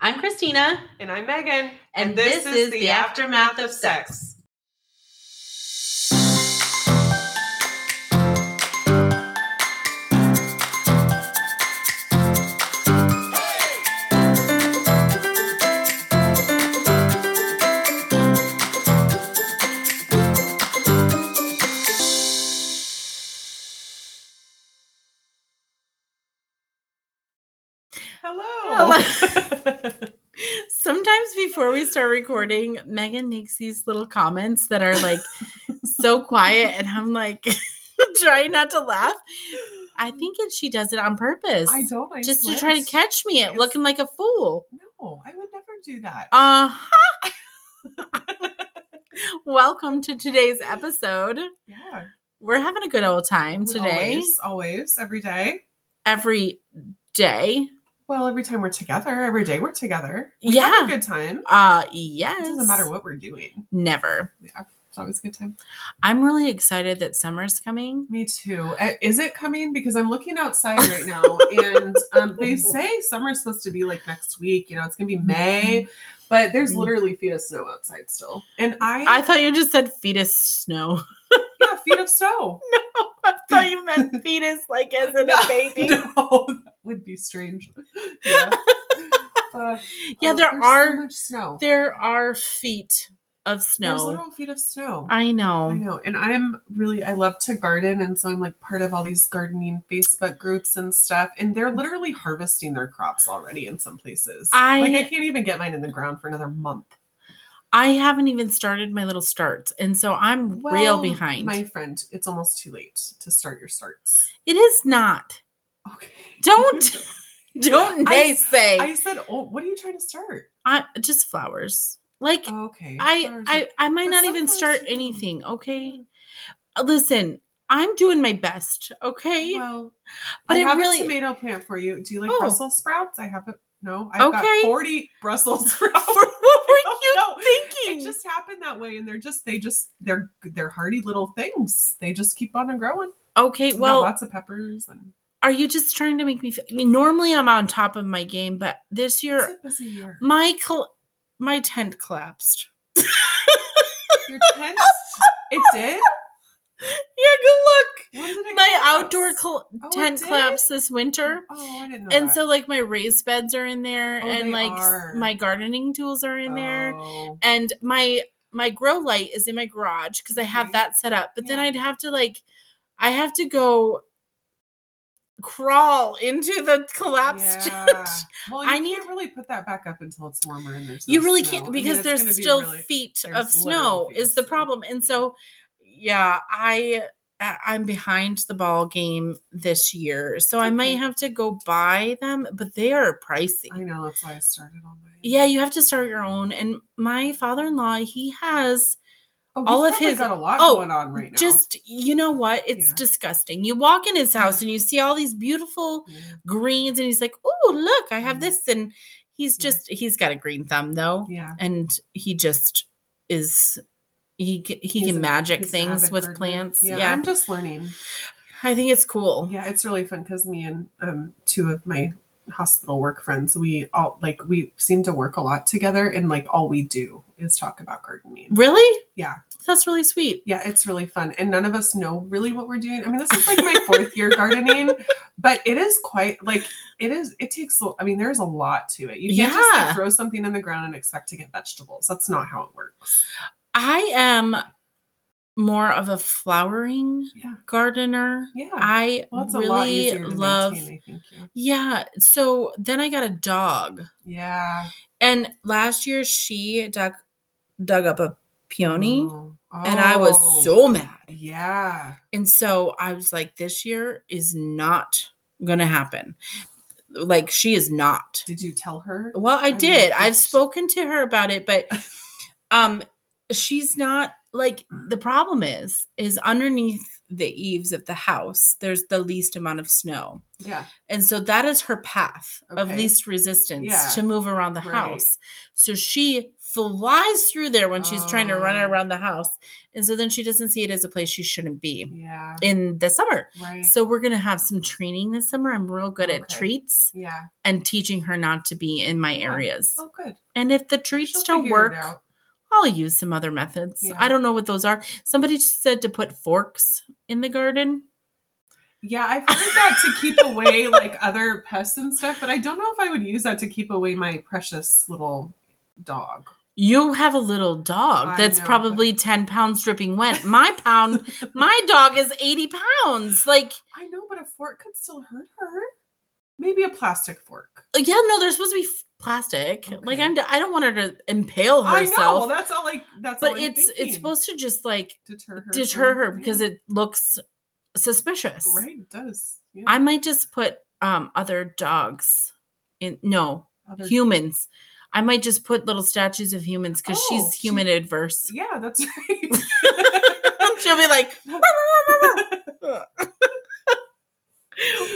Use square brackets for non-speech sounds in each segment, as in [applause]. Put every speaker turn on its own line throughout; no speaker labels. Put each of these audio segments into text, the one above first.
I'm Christina,
And I'm Megan.
and, this, is the aftermath of sex.
[laughs] Hello.
Sometimes before we start recording, Megan makes these little comments that are
[laughs]
like so quiet, and I'm like [laughs] trying not to laugh. I think it, she does it on purpose,
I don't. I
just to try to
swear.
catch me at
Yes.
looking like a fool.
No, I would never do that.
Uh huh.
[laughs]
Welcome to today's episode.
yeah.
We're having a good old time
We
today,
Always, always, every day.
every day.
Well, every time we're together, every day we're together. Have
Yeah.
a good time.
Uh,
It
yes.
doesn't matter what we're doing.
Never.
Yeah, it's always a good time.
I'm really excited that summer's coming.
Me too. Uh, Is it coming? Because I'm looking
[laughs]
outside right now, and um, they say summer's supposed to be like next week. You know, it's gonna be May, but there's literally feet of snow outside still. And I,
Mm-hmm. I thought you just said fetus snow.
yeah, feet of snow.
[laughs] I thought you [laughs] meant fetus, like as in a [laughs] baby.
No, that would be strange. Yeah,
[laughs]
Uh,
Yeah, there
oh, there's
are-
so much snow.
There are feet of
There's
snow.
literal feet of snow.
I know.
I know, and I'm really I love to garden, and so I'm like part of all these gardening Facebook groups and stuff, and they're literally harvesting their crops already in some places.
I-
like I can't even get mine in the ground for another month.
I haven't even started my little starts, and so I'm real
Well,
behind.
my friend. It's almost too late to start your starts.
It is not.
Okay,
Don't don't
I-
they say
[laughs] I said, oh, what are you trying to start?
I, just flowers. Like
Okay,
I
flowers are-
I I might
But
not even
sometimes
start
you-
anything. Okay, Uh, listen, I'm doing my best. Okay,
Well,
But
I
it
have
really-
a tomato plant for you. Do you like
Oh.
Brussels sprouts? I haven't. No, I've
Okay.
got forty Brussels [laughs] sprouts.
[laughs] For- what were
don't
you
know.
thinking?
it just happened that way, and they're just they just they're they're hardy little things. They just keep on and growing.
okay,
We've got
well,
lots of peppers and
are you just trying to make me? Feel, I mean, normally I'm on top of my game, but this
it's
year
a busy year.
my col- my tent collapsed.
Your tent, it did.
Yeah, good
When did it
luck. My
collapse?
outdoor col-
Oh, it
tent
did?
collapsed this winter.
Oh, I didn't know.
And
that.
so, like, my raised beds are in there,
Oh,
and
they
like s-
are.
my gardening tools are in there,
Oh.
and my my grow light is in my garage because I have
Okay.
that set up. But then
Yeah.
I'd have to like, I have to go crawl into the collapsed
Yeah. Well, you
I
I need
need-
to really put that back up until it's warmer and there's
you
no
really
snow. I
can't
mean,
because
it's gonna
there's
be
still
really-
feet of
there's
snow
literal feet
is
of
the
snow.
problem and so yeah i I- i'm behind the ball game this year so i might
okay.
have to go buy them but they are pricey
I know that's why I started on mine.
yeah you have to start your own and my father-in-law he has
Oh, he's
all of
probably
his-
got a lot
oh,
going on right now.
just you know what it's
Yeah.
disgusting you walk in his house and you see all these beautiful
Yeah.
greens and he's like oh look i have
Mhm.
this and he's
Yeah.
just he's got a green thumb though
yeah.
and he just is he c- he
He's
can
a-
magic
he's an
things
avid
with
gardener.
plants. Yeah,
I'm just learning.
I think it's cool.
Yeah, it's really fun because me and um two of my hospital work friends, we all like we seem to work a lot together, and like all we do is talk about gardening.
Really?
Yeah,
That's really sweet.
yeah, it's really fun, and none of us know really what we're doing. I mean, this is
[laughs]
like my fourth year gardening, but it is quite like it is. It takes. a- I mean, there's a lot to it. You can't just
Yeah.
like, throw something in the ground and expect to get vegetables. That's not how it works.
I am more of a flowering
Yeah.
gardener.
Yeah.
I
Well, it's a lot
really
easier to
love.
maintain, I think. Yeah.
Yeah. So then I got a dog,
yeah.
and last year she dug dug up a peony,
Oh.
and I was
Oh.
so mad.
Yeah.
And so I was like, this year is not going to happen. Like, she is not.
Did you tell her?
Well, I
mean,
did. I've
it's-
spoken to her about it,
[laughs]
but um she's not like the problem is is underneath the eaves of the house, there's the least amount of snow.
Yeah.
And so that is her path of
Okay.
least resistance
Yeah.
to move around the
Right.
house. So she flies through there when she's trying to run
Oh.
around the house. And so then she doesn't see it as a place she shouldn't be
Yeah.
in the summer.
Mm. Right.
So we're going to have some training this summer. I'm real good at
Okay.
treats
yeah.
and teaching her not to be in my
Yeah.
areas.
Oh, good.
And if the treats
She'll
don't
figure it
work,
out.
I'll use some other methods.
Yeah.
I don't know what those are. Somebody just said to put forks in the garden.
Yeah, I've heard that to keep away like other pests and stuff, but I don't know if I would use that to keep away my precious little dog.
You have a little dog
I
that's
know, but-
probably 10 pounds dripping wet. My pound, my dog is 80 pounds. Like,
I know, but a fork could still hurt her. Maybe a plastic fork.
uh, yeah, no, they're supposed to be f- plastic. Like,
Okay.
I'm, I don't want her to impale
I
herself.
know. Well, that's all like that's all
but
I'm
it's it's
thinking.
supposed to just like
deter her.
deter
from-
her because
yeah,
it looks suspicious.
right it does. Yeah.
I might just put um other dogs in no
Other-
humans. I might just put little statues of humans because
Oh,
she's
she-
human adverse.
Yeah, that's [laughs]
[laughs] She'll be like,
right.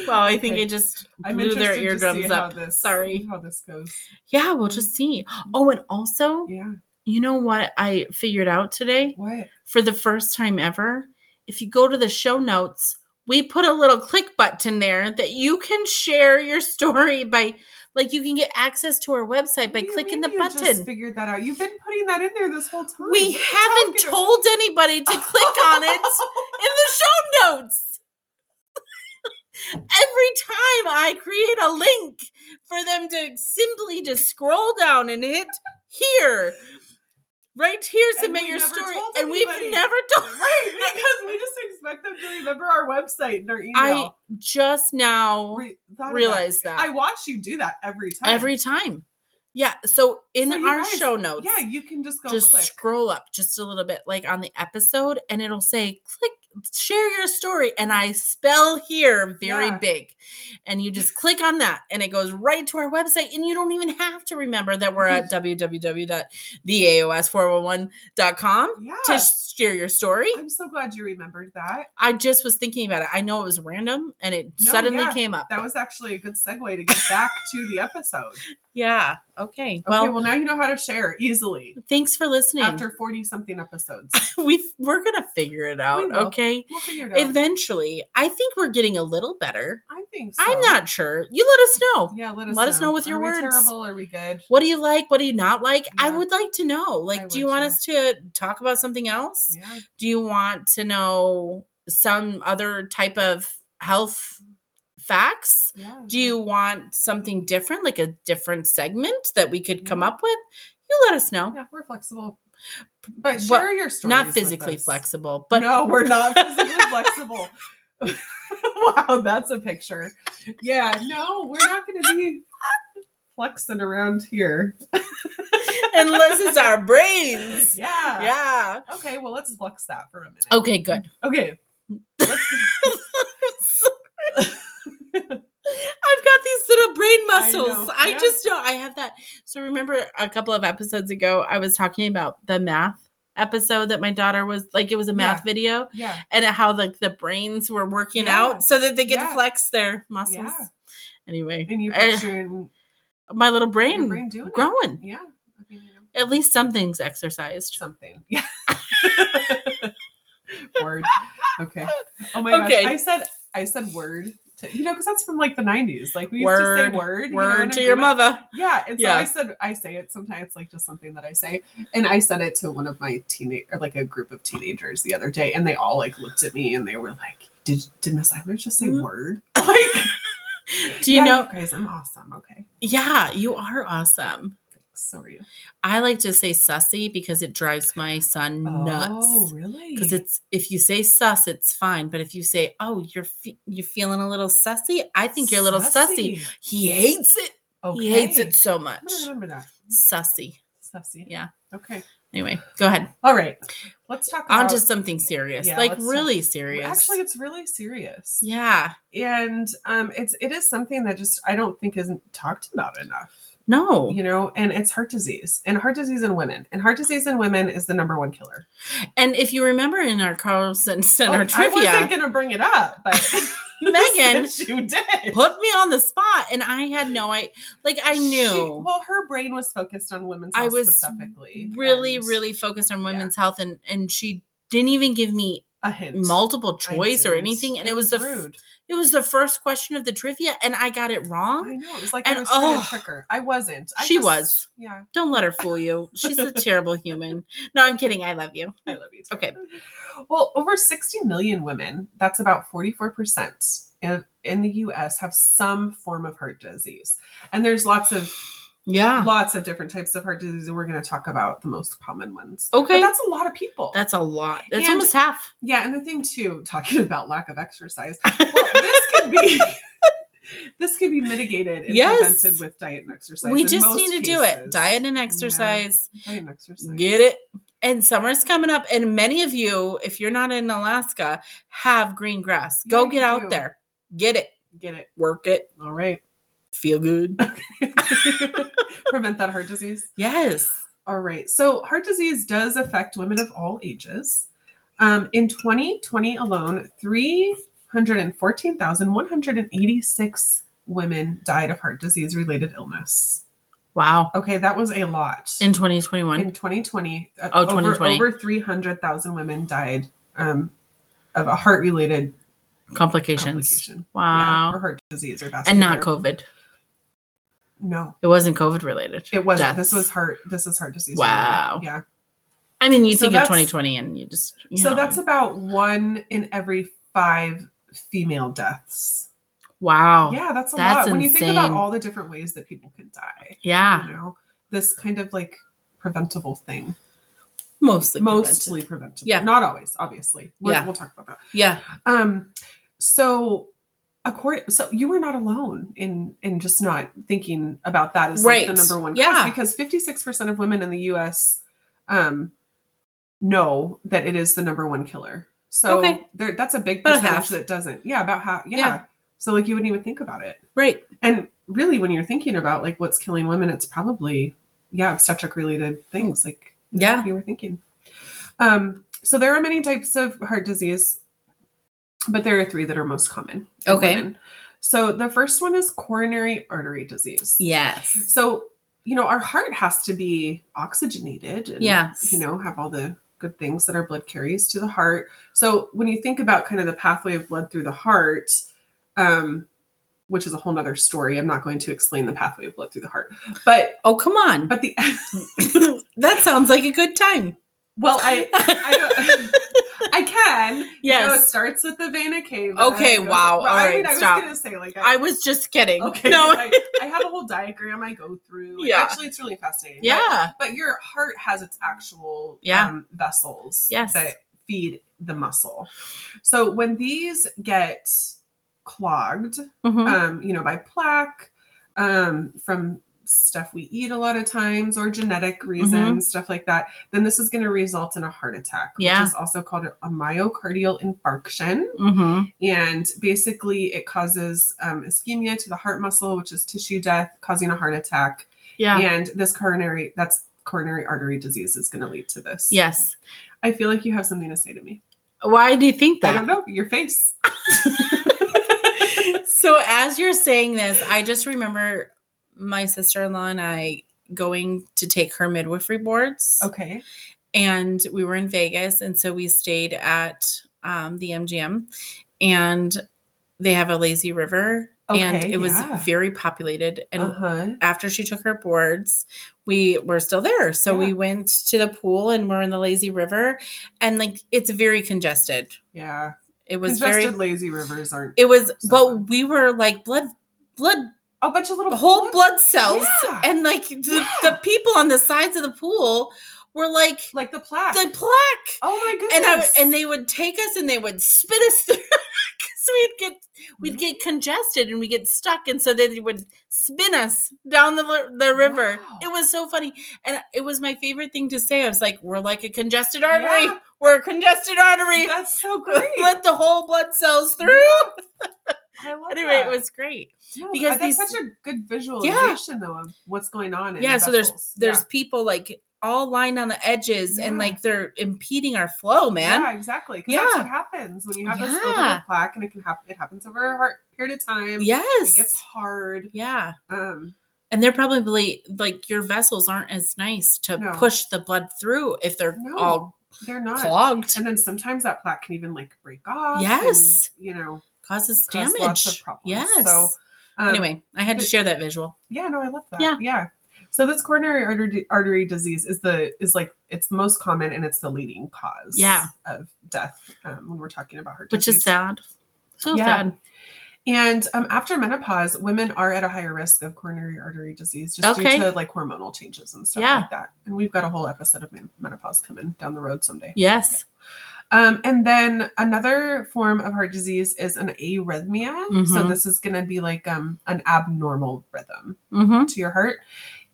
"Wow, I think
Okay.
I just
I'm
blew their
interested to see
eardrums
how
up."
this-
Sorry.
how this goes.
Yeah, we'll just see. Oh, and also,
Yeah.
you know what I figured out today
What?
for the first time ever? If you go to the show notes, we put a little click button there that you can share your story by, like, you can get access to our website by
What do you
clicking
mean
the
you
button.
Just figured that out. You've been putting that in there this whole time.
We
What are you
haven't
talking
told
[laughs]
anybody to
about?
click on it. in the show notes. [laughs] Every time I create a link for them to simply just scroll down and hit here, right here's to
And
make
we
your
never
story,
told
and
anybody.
we've never [laughs] told.
[laughs] right, because we just expect them to remember our website and our email.
I [laughs] just now
Re- thought about-
realized that
I watch you do that every time.
every time. Yeah, so in
So you
our
guys-
show notes,
Yeah, you can just go
just
click.
scroll up just a little bit, like on the episode, and it'll say, click, share your story. And I spell here very
Yeah.
big. And you just click on that, and it goes right to our website. And you don't even have to remember that we're
[laughs]
at www.theaos411.com
yeah.
to share your story.
I'm so glad you remembered that.
I just was thinking about it. I know it was random, and it
No,
suddenly
yeah,
came up.
That was actually a good segue to get back to the episode. Okay,
yeah. Okay. Well,
well, now you know how to share easily
thanks for listening.
after 40 something episodes.
[laughs] we we're gonna figure it out.
will.
Okay.
We'll figure it out.
eventually i think we're getting a little better
I think so.
i'm not sure you let us know
Yeah, let us
Let
know.
us know with your
Are
words.
We terrible? Are we good?
what do you like what do you not like i
Yeah.
would like to know like
I
do you
would
want
too.
us to talk about something else
Yeah.
do you want to know some other type of health facts
Yeah.
do you want something different like a different segment that we could come
Yeah.
up with you let us know
Mm-hmm. Yeah, we're flexible. But share
Well,
your stories.
not
with
physically
us.
flexible but
no, we're not physically flexible. [laughs] wow, that's a picture. Yeah, no, we're not going to be flexing around here.
unless it's
[laughs]
our brains
Yeah.
yeah
Okay, well, let's flex that for a minute.
okay good
Okay.
I've got these little brain
I
muscles.
know.
I,
Yeah.
just know I have that. So remember a couple of episodes ago, I was talking about the math episode that my daughter was like it was a math video
Yeah.
and how like the brains were working
Yeah.
out so that they could
Yeah.
flex their muscles.
Yeah.
Anyway,
And you
I-
picture in
my little
your
Uh, brain,
brain doing it.
growing.
Yeah. I mean, you know,
At least something's exercised.
something. [laughs] Yeah. word. Okay. Oh my
Okay.
gosh. I said I said word. To, you know, because that's from like the 90s. Like we used to
Word,
say word. you know,
Word
and
to
I
your
grew up-
mother.
Yeah, and so
Yeah.
I said I say it sometimes, like just something that I say, and I said it to one of my teenage or like a group of teenagers the other day, and they all like looked at me and they were like, "Did did Miss Eiler just say
Mhm.
word?" Like,
Do you
yeah,
know?
guys, I'm awesome. Okay,
Yeah, you are awesome.
so are you?
I like to say sussy because it drives my son nuts.
Oh, really?
because it's if you say sus, it's fine. But if you say, "Oh, you're fe- you're feeling a little sussy," I think you're a little sussy. He hates it.
Okay. Uh-huh.
He hates it so
I'm
much.
gonna remember that.
Sussy.
Sussy.
Yeah.
Okay.
Anyway, go ahead.
All right. Let's talk about.
On to something serious,
yeah,
like
let's talk-
really serious.
Actually, it's really serious.
yeah,
and um, it's it is something that just I don't think isn't talked about enough.
No.
you know, and it's heart disease and heart disease in women. And heart disease in women is the number one killer.
And if you remember in our Carlson Center
Oh, I wasn't
trivia,
going to bring it up, but [laughs]
Megan
since you did.
put me on the spot and I had no I like I
She-
knew
well, her brain was focused on women's
I
health
was
specifically.
really,
and
really focused on
yeah.
women's health and and she didn't even give me
a hint.
multiple
I
choice or
didn't.
anything. And it was the f-
rude.
it was the first question of the trivia and I got it
I
wrong.
know. It was like
and,
I was trying
oh,
to trick her. I wasn't. I
she
just-
was.
Yeah.
Don't let her fool you. She's
[laughs]
a terrible human. No, I'm kidding. I love you.
I [laughs] love you. too.
Okay.
Well, over 60 million women, that's about 44% in, in the US, have some form of heart disease. And there's lots of
Yeah.
lots of different types of heart disease, and we're going to talk about the most common ones.
Okay.
But that's a lot of people.
That's a lot. That's
And-
almost half.
yeah, and the thing too, talking [laughs] about lack
[laughs]
of exercise, well, this could be [laughs] this could be mitigated and
Yes.
prevented with diet and exercise.
we
in
just
most
need to do it.
cases.
Diet and exercise.
diet and exercise.
Get it. And summer's coming up. And many of you, if you're not in Alaska, have green grass. Go
Yeah,
get
you
out
do.
there. Get it.
Get it.
Work it.
All right.
Feel
[laughs]
good.
Prevent that heart disease.
yes.
All right. So heart disease does affect women of all ages. Um, in 2020 alone, 314,186 women died of heart disease related illness.
Wow.
Okay, that was a lot.
In 2021.
in 2020, uh,
Oh,
over-
2020.
Over, 300,000 women died um, of a heart related
complications.
complication.
Wow.
Yeah, or heart disease or vascular.
and not COVID.
No,
It wasn't COVID related.
it wasn't.
Deaths.
This was heart. This is heart disease.
Wow.
Yeah.
I mean, you
So
think of
that's-
2020 and you just. You
So
know.
that's about one in every five female deaths.
Wow.
yeah, that's a
Oh, that's
lot. When you think about
insane. Ah.
all the different ways that people could die,
Yeah.
you know, this kind of like preventable thing,
Mostly. prevented.
mostly preventable.
Yeah.
Not always, obviously. We'll,
Yeah.
we'll talk about that.
Yeah.
Um, so according, so you were not alone in in just not thinking about that as
Right.
like, the number one
Yeah.
cause because fifty six percent of women in the U.S. um know that it is the number one killer. So
Okay.
there, that's a big
About
percentage
half.
that doesn't. Yeah, about half. Yeah.
Yeah.
So like you wouldn't even think about it.
Right.
And really, when you're thinking about like what's killing women, it's probably yeah obstetric related things like
Yeah.
you were thinking. Um, so there are many types of heart disease, but there are three that are most common. in
Okay.
women. So the first one is coronary artery disease.
Yes.
So, you know, our heart has to be oxygenated and,
Yes.
you know, have all the good things that our blood carries to the heart. So when you think about kind of the pathway of blood through the heart, um, which is a whole nother story. I'm not going to explain the pathway of blood through the heart, but
Oh, come
[laughs]
on.
but the
that sounds like a good time.
well, I I, don't, [laughs] I can. You know, it
yes.
starts with the vena cave. and
Okay,
then it goes-
wow,
Well, I
alright,
mean, I was
stop.
gonna say like
I was just kidding.
[laughs] okay.
No.
like, I have a whole diagram I go through.
Yeah.
Actually, it's really fascinating.
yeah.
But, but your heart has its actual
Yeah.
um, vessels
Yes.
that feed the muscle. So when these get clogged,
Mhm.
um, you know, by plaque, um, from stuff we eat a lot of times or genetic
Mm-hmm.
reasons, stuff like that, then this is going to result in a heart attack,
Yeah.
which is also called a myocardial infarction.
Mhm.
And basically, it causes um, ischemia to the heart muscle, which is tissue death, causing a heart attack.
Yeah.
And this coronary, that's coronary artery disease is going to lead to this.
Yes.
I feel like you have something to say to me.
Why do you think
I don't
that?
know. Your face.
[laughs] So as you're saying this, I just remember my sister-in-law and I going to take her midwifery boards.
Okay.
and we were in Vegas, and so we stayed at um, the MGM, and they have a lazy river, and
Okay,
it was
yeah.
very populated. And
uh-huh.
after she took her boards, we were still there, so we
Yeah.
went to the pool, and we're in the lazy river, and like it's very congested.
Yeah.
It was
Congested
very.
lazy rivers aren't.
It was,
so fun.
but we were like blood, blood,
a bunch of little
whole blood cells,
Yeah.
and like the,
Yeah.
the people on the sides of the pool were like
like the plaque.
the plaque.
oh my goodness.
and I would- and they would take us and they would spit us [laughs] through because we'd get
Mm-hmm.
we'd get congested and we get stuck, and so they would spin us down the li- the river.
Wow.
It was so funny, and it was my favorite thing to say. I was like, "We're like a congested artery.
Yeah.
We're a congested artery.
That's so great.
Let the whole blood cells through."
I love
Anyway,
that.
it was great.
No,
because
that's
these-
such a good visualization though of what's going on. In
yeah
the
so there's
vessels.
there's people like all lined on the edges and
Yeah.
like they're impeding our flow
yeah.
man
yeah, exactly. 'Cause that's
Yeah.
what happens when you have this
Yeah.
little plaque, and it can happen. It happens over a hard period of time. it gets
yes
hard.
yeah
Um,
and they're probably like your vessels aren't as nice to
No.
push the blood through if they're
no,
all
they're not.
clogged
And then sometimes that plaque can even like break off. and,
Yes.
you know.
causes
cause
damage
lots of problems.
yes
So, um,
anyway i had to
but-
share that visual
Yeah, no, I love that.
Yeah.
yeah. So this coronary artery, artery disease is the is like it's the most common and it's the leading cause
Yeah.
of death um, when we're talking about heart
which
disease.
is sad so
Yeah.
sad
And um, after menopause, women are at a higher risk of coronary artery disease just
Okay.
due to like hormonal changes and stuff
Yeah.
like that. And we've got a whole episode of men- menopause coming down the road someday.
yes
Um, and then another form of heart disease is an arrhythmia. So
Mhm.
this is going to be like um, an abnormal rhythm
mm-hmm.
to your heart.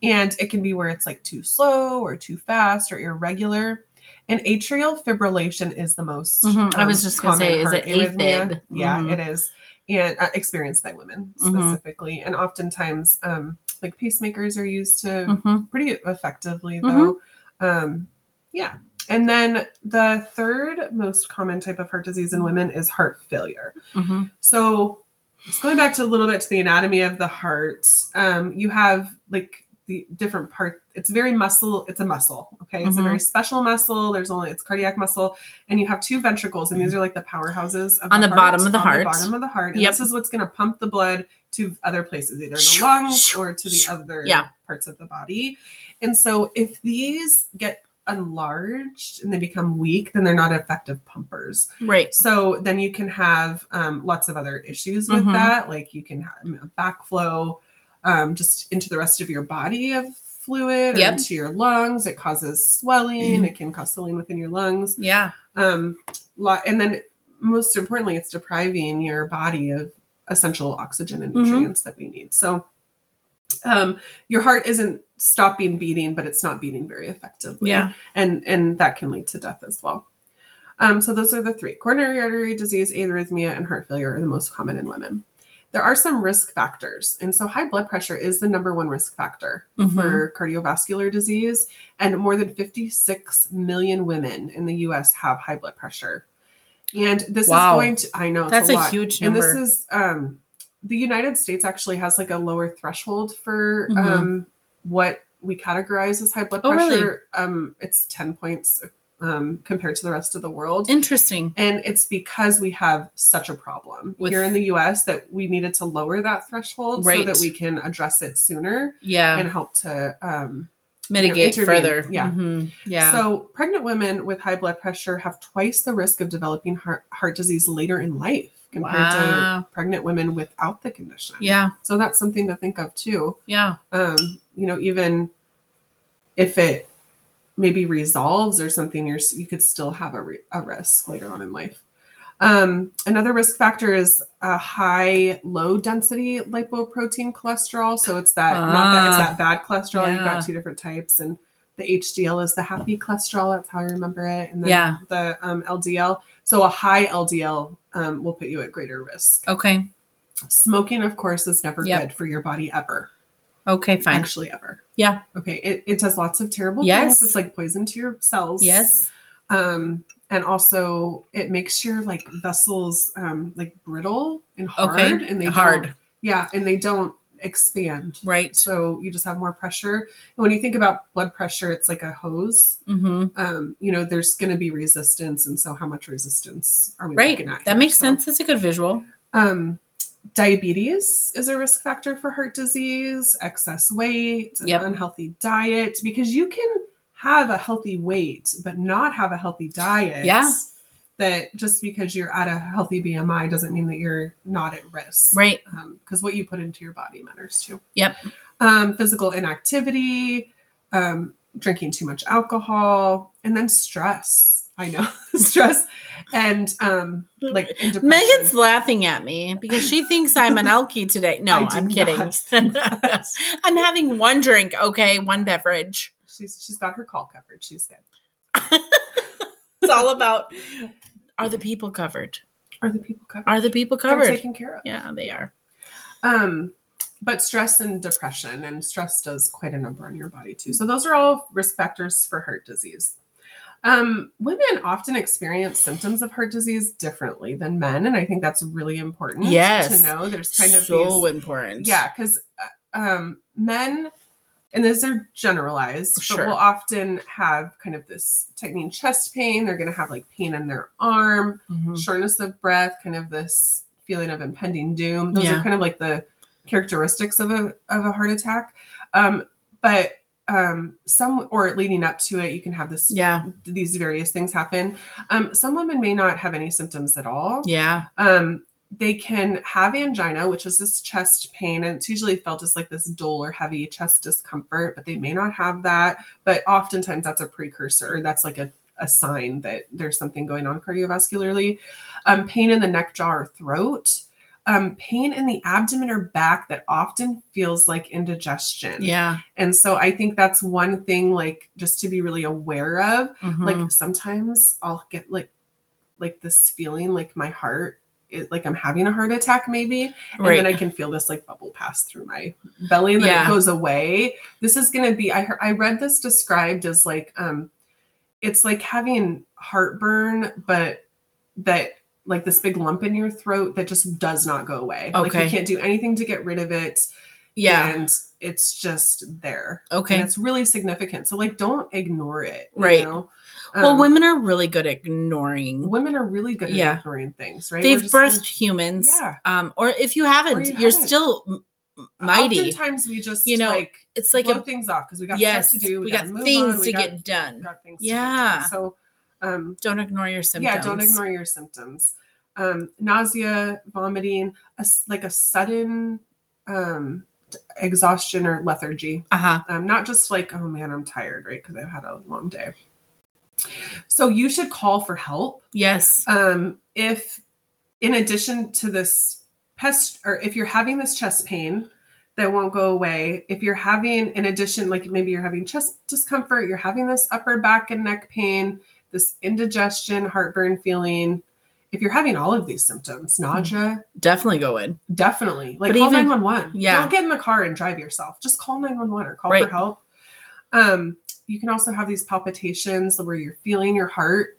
And it can be where it's like too slow or too fast or irregular. And atrial fibrillation is the most.
Mhm. I was
um,
just gonna say,
common
is it
heart arrhythmia.
AFib?
Yeah,
Mhm.
it is. And uh, experienced by women
Mhm.
specifically. And oftentimes, um, like pacemakers are used to
Mm-hmm.
pretty effectively
Mhm.
though. Um, yeah. And then the third most common type of heart disease in women is heart failure.
Mm-hmm.
So it's going back to a little bit to the anatomy of the heart. Um, you have like the different part. It's very muscle. It's a muscle. Okay. It's
Mhm.
a very special muscle. There's only it's cardiac muscle, and you have two ventricles, and these are like the powerhouses of
Mm-hmm. On the bottom of the
on
heart.
bottom of the heart. And
Yep.
This is what's going to pump the blood to other places, either the lungs or to the other
Yeah.
parts of the body. And so if these get enlarged and they become weak, then they're not effective pumpers.
right
So then you can have um, lots of other issues with
Mhm.
that. Like you can have um, backflow um, just into the rest of your body of fluid
Yep.
or into your lungs. It causes swelling. It can cause swelling within your lungs.
yeah
Um, lot, and then most importantly, it's depriving your body of essential oxygen and
Mhm.
nutrients that we need. So um, your heart isn't stopping beating, but it's not beating very effectively
yeah
and and that can lead to death as well. Um, so those are the three: coronary artery disease, arrhythmia, and heart failure are the most common in women. There are some risk factors, and so high blood pressure is the number one risk factor
Mhm.
for cardiovascular disease, and more than 56 million women in the U.S. have high blood pressure. And this
Wow.
is going to, I know, it's
that's
a,
a,
lot.
huge
And
number
this is um, the United States actually has like a lower threshold for
Mhm.
um, what we categorize as high blood
Oh, really?
pressure. Um, it's 10 points um, compared to the rest of the world.
interesting
And it's because we have such a problem
With-
here in the US that we needed to lower that threshold so
Right.
that we can address it sooner
yeah
and help to um,
mitigate
intervene.
further
Yeah.
Mhm. yeah
so pregnant women with high blood pressure have twice the risk of developing heart, heart disease later in life compared
Wow.
to pregnant women without the condition.
yeah
So that's something to think of too.
yeah
Um, you know, even if it maybe resolves or something, you're, s- you could still have a, re- a risk later on in life. Um, another risk factor is a high, low density lipoprotein cholesterol. So it's that, not that it's
Ah.
that bad cholesterol. You've
Yeah.
got two different types and the HDL is the happy cholesterol. That's how I remember it. And then
Yeah.
the um, LDL. So a high LDL um, will put you at greater risk.
okay
Smoking, of course, is never
Oh. Yep.
good for your body ever.
okay fine
Actually, ever.
Yeah.
Okay. It, it does lots of terrible
Yes.
things. It's like poison to your cells.
yes
Um, and also it makes your like vessels um like brittle and hard
Okay.
and they
hard
don't- yeah, and they don't expand.
right
So you just have more pressure. And when you think about blood pressure, it's like a hose.
mm-hmm.
Um, you know, there's gonna be resistance, and so how much resistance are we
right
looking at?
that
here?
makes
So-
sense that's a good visual
um, diabetes is a risk factor for heart disease, excess weight, an
Yep.
unhealthy diet, because you can have a healthy weight but not have a healthy diet.
Yeah.
That just because you're at a healthy BMI doesn't mean that you're not at risk.
right
Because what you put into your body matters too.
Yep.
Um, physical inactivity, um, drinking too much alcohol, and then stress. I know [laughs] stress and um, like and depression.
Megan's laughing at me because she thinks I'm an Elkie today.
I
No,
do
I'm
not
kidding.
think [laughs] that.
I'm having one drink, okay, one beverage.
She's she's got her call covered. She's good.
It's all about are the people covered?
Are the people covered?
Are the people
They're
covered?
taken care of.
Yeah, they are.
Um, but stress and depression, and stress does quite a number on your body too. So those are all risk factors for heart disease. Um, women often experience symptoms of heart disease differently than men, and I think that's really important.
Yes.
to know there's kind of
so
these,
important.
yeah, because um, men, and these are generalized,
Sure.
but will often have kind of this tightening chest pain. They're going to have like pain in their arm
Mhm.
shortness of breath, kind of this feeling of impending doom. Those
Yeah.
are kind of like the characteristics of a of a heart attack. Um, but um, some or leading up to it, you can have this
Yeah.
these various things happen. Um, some women may not have any symptoms at all.
Yeah.
Um, they can have angina, which is this chest pain, and it's usually felt as like this dull or heavy chest discomfort, but they may not have that. But oftentimes that's a precursor, that's like a, a sign that there's something going on cardiovascularly. Um, pain in the neck, jaw, or throat. Um, pain in the abdomen or back that often feels like indigestion.
Yeah.
And so I think that's one thing, like, just to be really aware of
Mhm.
like sometimes i'll get like like this feeling like my heart is like i'm having a heart attack maybe and
right.
then i can feel this like bubble pass through my belly and then
Yeah.
it goes away this is going to be i heard, i read this described as like um it's like having heartburn but that like this big lump in your throat that just does not go away like
Okay.
you can't do anything to get rid of it
yeah.
and it's just there
Okay.
and it's really significant so like don't ignore it you
Right.
know?
well,
Um,
women are really good at ignoring.
women are really good at
Yeah.
ignoring things, right?
They've
We're just gonna-
birthed humans.
Yeah.
Um, or if you haven't,
you
are
haven't.
still m- m- mighty.
Oftentimes we just
You know,
like
It's like
blow
a
things off because we got
yes,
stuff to do.
we
gotta
got
move
things to
on, we got-
get done.
we got things to get done.
Yeah.
So, um,
Don't ignore your symptoms.
yeah, don't ignore your symptoms. Um, nausea, vomiting, a s like a sudden um, t- exhaustion or lethargy.
Uh huh.
um, not just like oh man i'm tired right because i've had a long day so you should call for help
Yes.
um, if in addition to this pest or if you're having this chest pain that won't go away if you're having in addition like maybe you're having chest discomfort you're having this upper back and neck pain this indigestion heartburn feeling if you're having all of these symptoms nausea
Definitely go in.
Definitely. Like
But
call
even-
911.
yeah.
Don't get in the car and drive yourself. Just call 911 or call
Right.
for help. Um, you can also have these palpitations where you're feeling your heart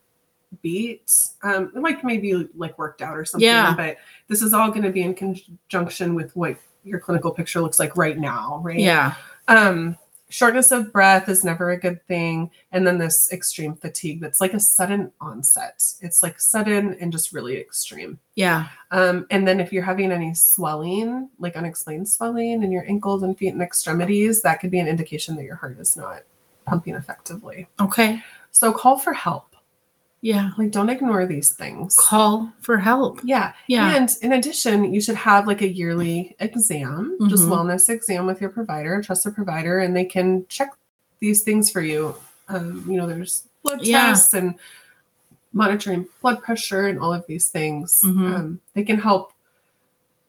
beat. Um, like maybe like worked out or something.
Yeah.
But this is all going to be in conjunction with what your clinical picture looks like right now, right?
Yeah.
Um, shortness of breath is never a good thing. And then this extreme fatigue that's like a sudden onset. It's like sudden and just really extreme.
Yeah.
Um, and then if you're having any swelling, like unexplained swelling in your ankles and feet and extremities, that could be an indication that your heart is not pumping effectively.
Okay.
So call for help.
Yeah.
Like don't ignore these things.
Call for help.
Yeah.
Yeah.
And in addition, you should have like a yearly exam, just
Mhm.
wellness exam with your provider, trusted provider, and they can check these things for you. Um, you know, there's blood
Yeah.
tests and monitoring blood pressure and all of these things.
Mhm.
Um, they can help,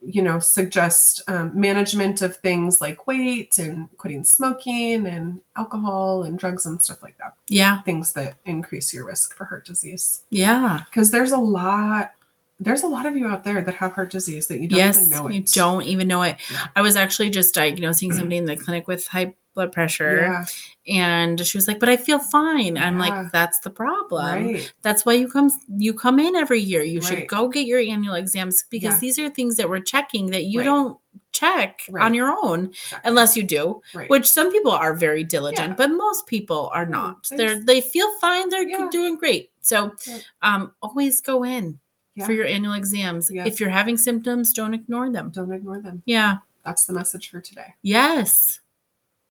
you know, suggest um, management of things like weight and quitting smoking and alcohol and drugs and stuff like that.
Yeah.
Things that increase your risk for heart disease
Yeah.
because there's a lot there's a lot of you out there that have heart disease that you don't
yes.
even know it.
You don't even know it.
Yeah.
I was actually just diagnosing somebody in the clinic with high blood pressure.
Yeah,
and she was like but i feel fine i'm
Yeah.
like that's the problem
right.
that's why you come you come in every year you should
Right.
go get your annual exams because
Yeah.
these are things that we're checking that you
Right.
don't check on
Right.
your own
Exactly.
unless you do
right.
which some people are very diligent
Yeah.
but most people are
Mm,
not
they
they're they feel fine they're
Yeah.
doing great so
Yeah.
um always go in
yeah.
for your annual exams
Yeah.
if you're having symptoms don't ignore them
don't ignore them.
yeah
That's the message for today.
yes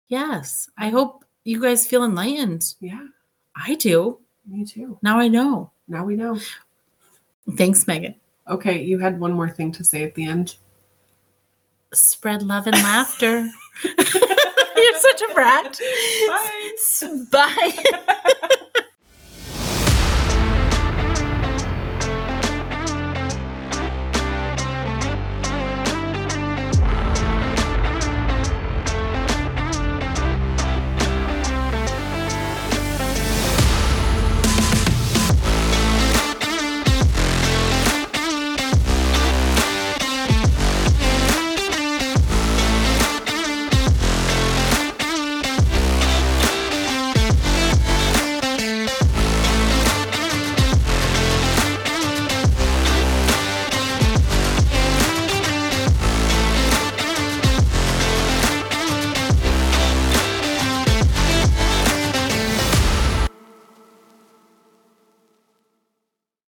yes i hope you guys feel enlightened
Yeah,
i do
me too.
Now I know.
Now we know.
Thanks, Megan.
Okay, you had one more thing to say at the
[laughs]
end.
Spread love and
[laughs]
laughter. You're such a brat.
Bye.
Bye. [laughs]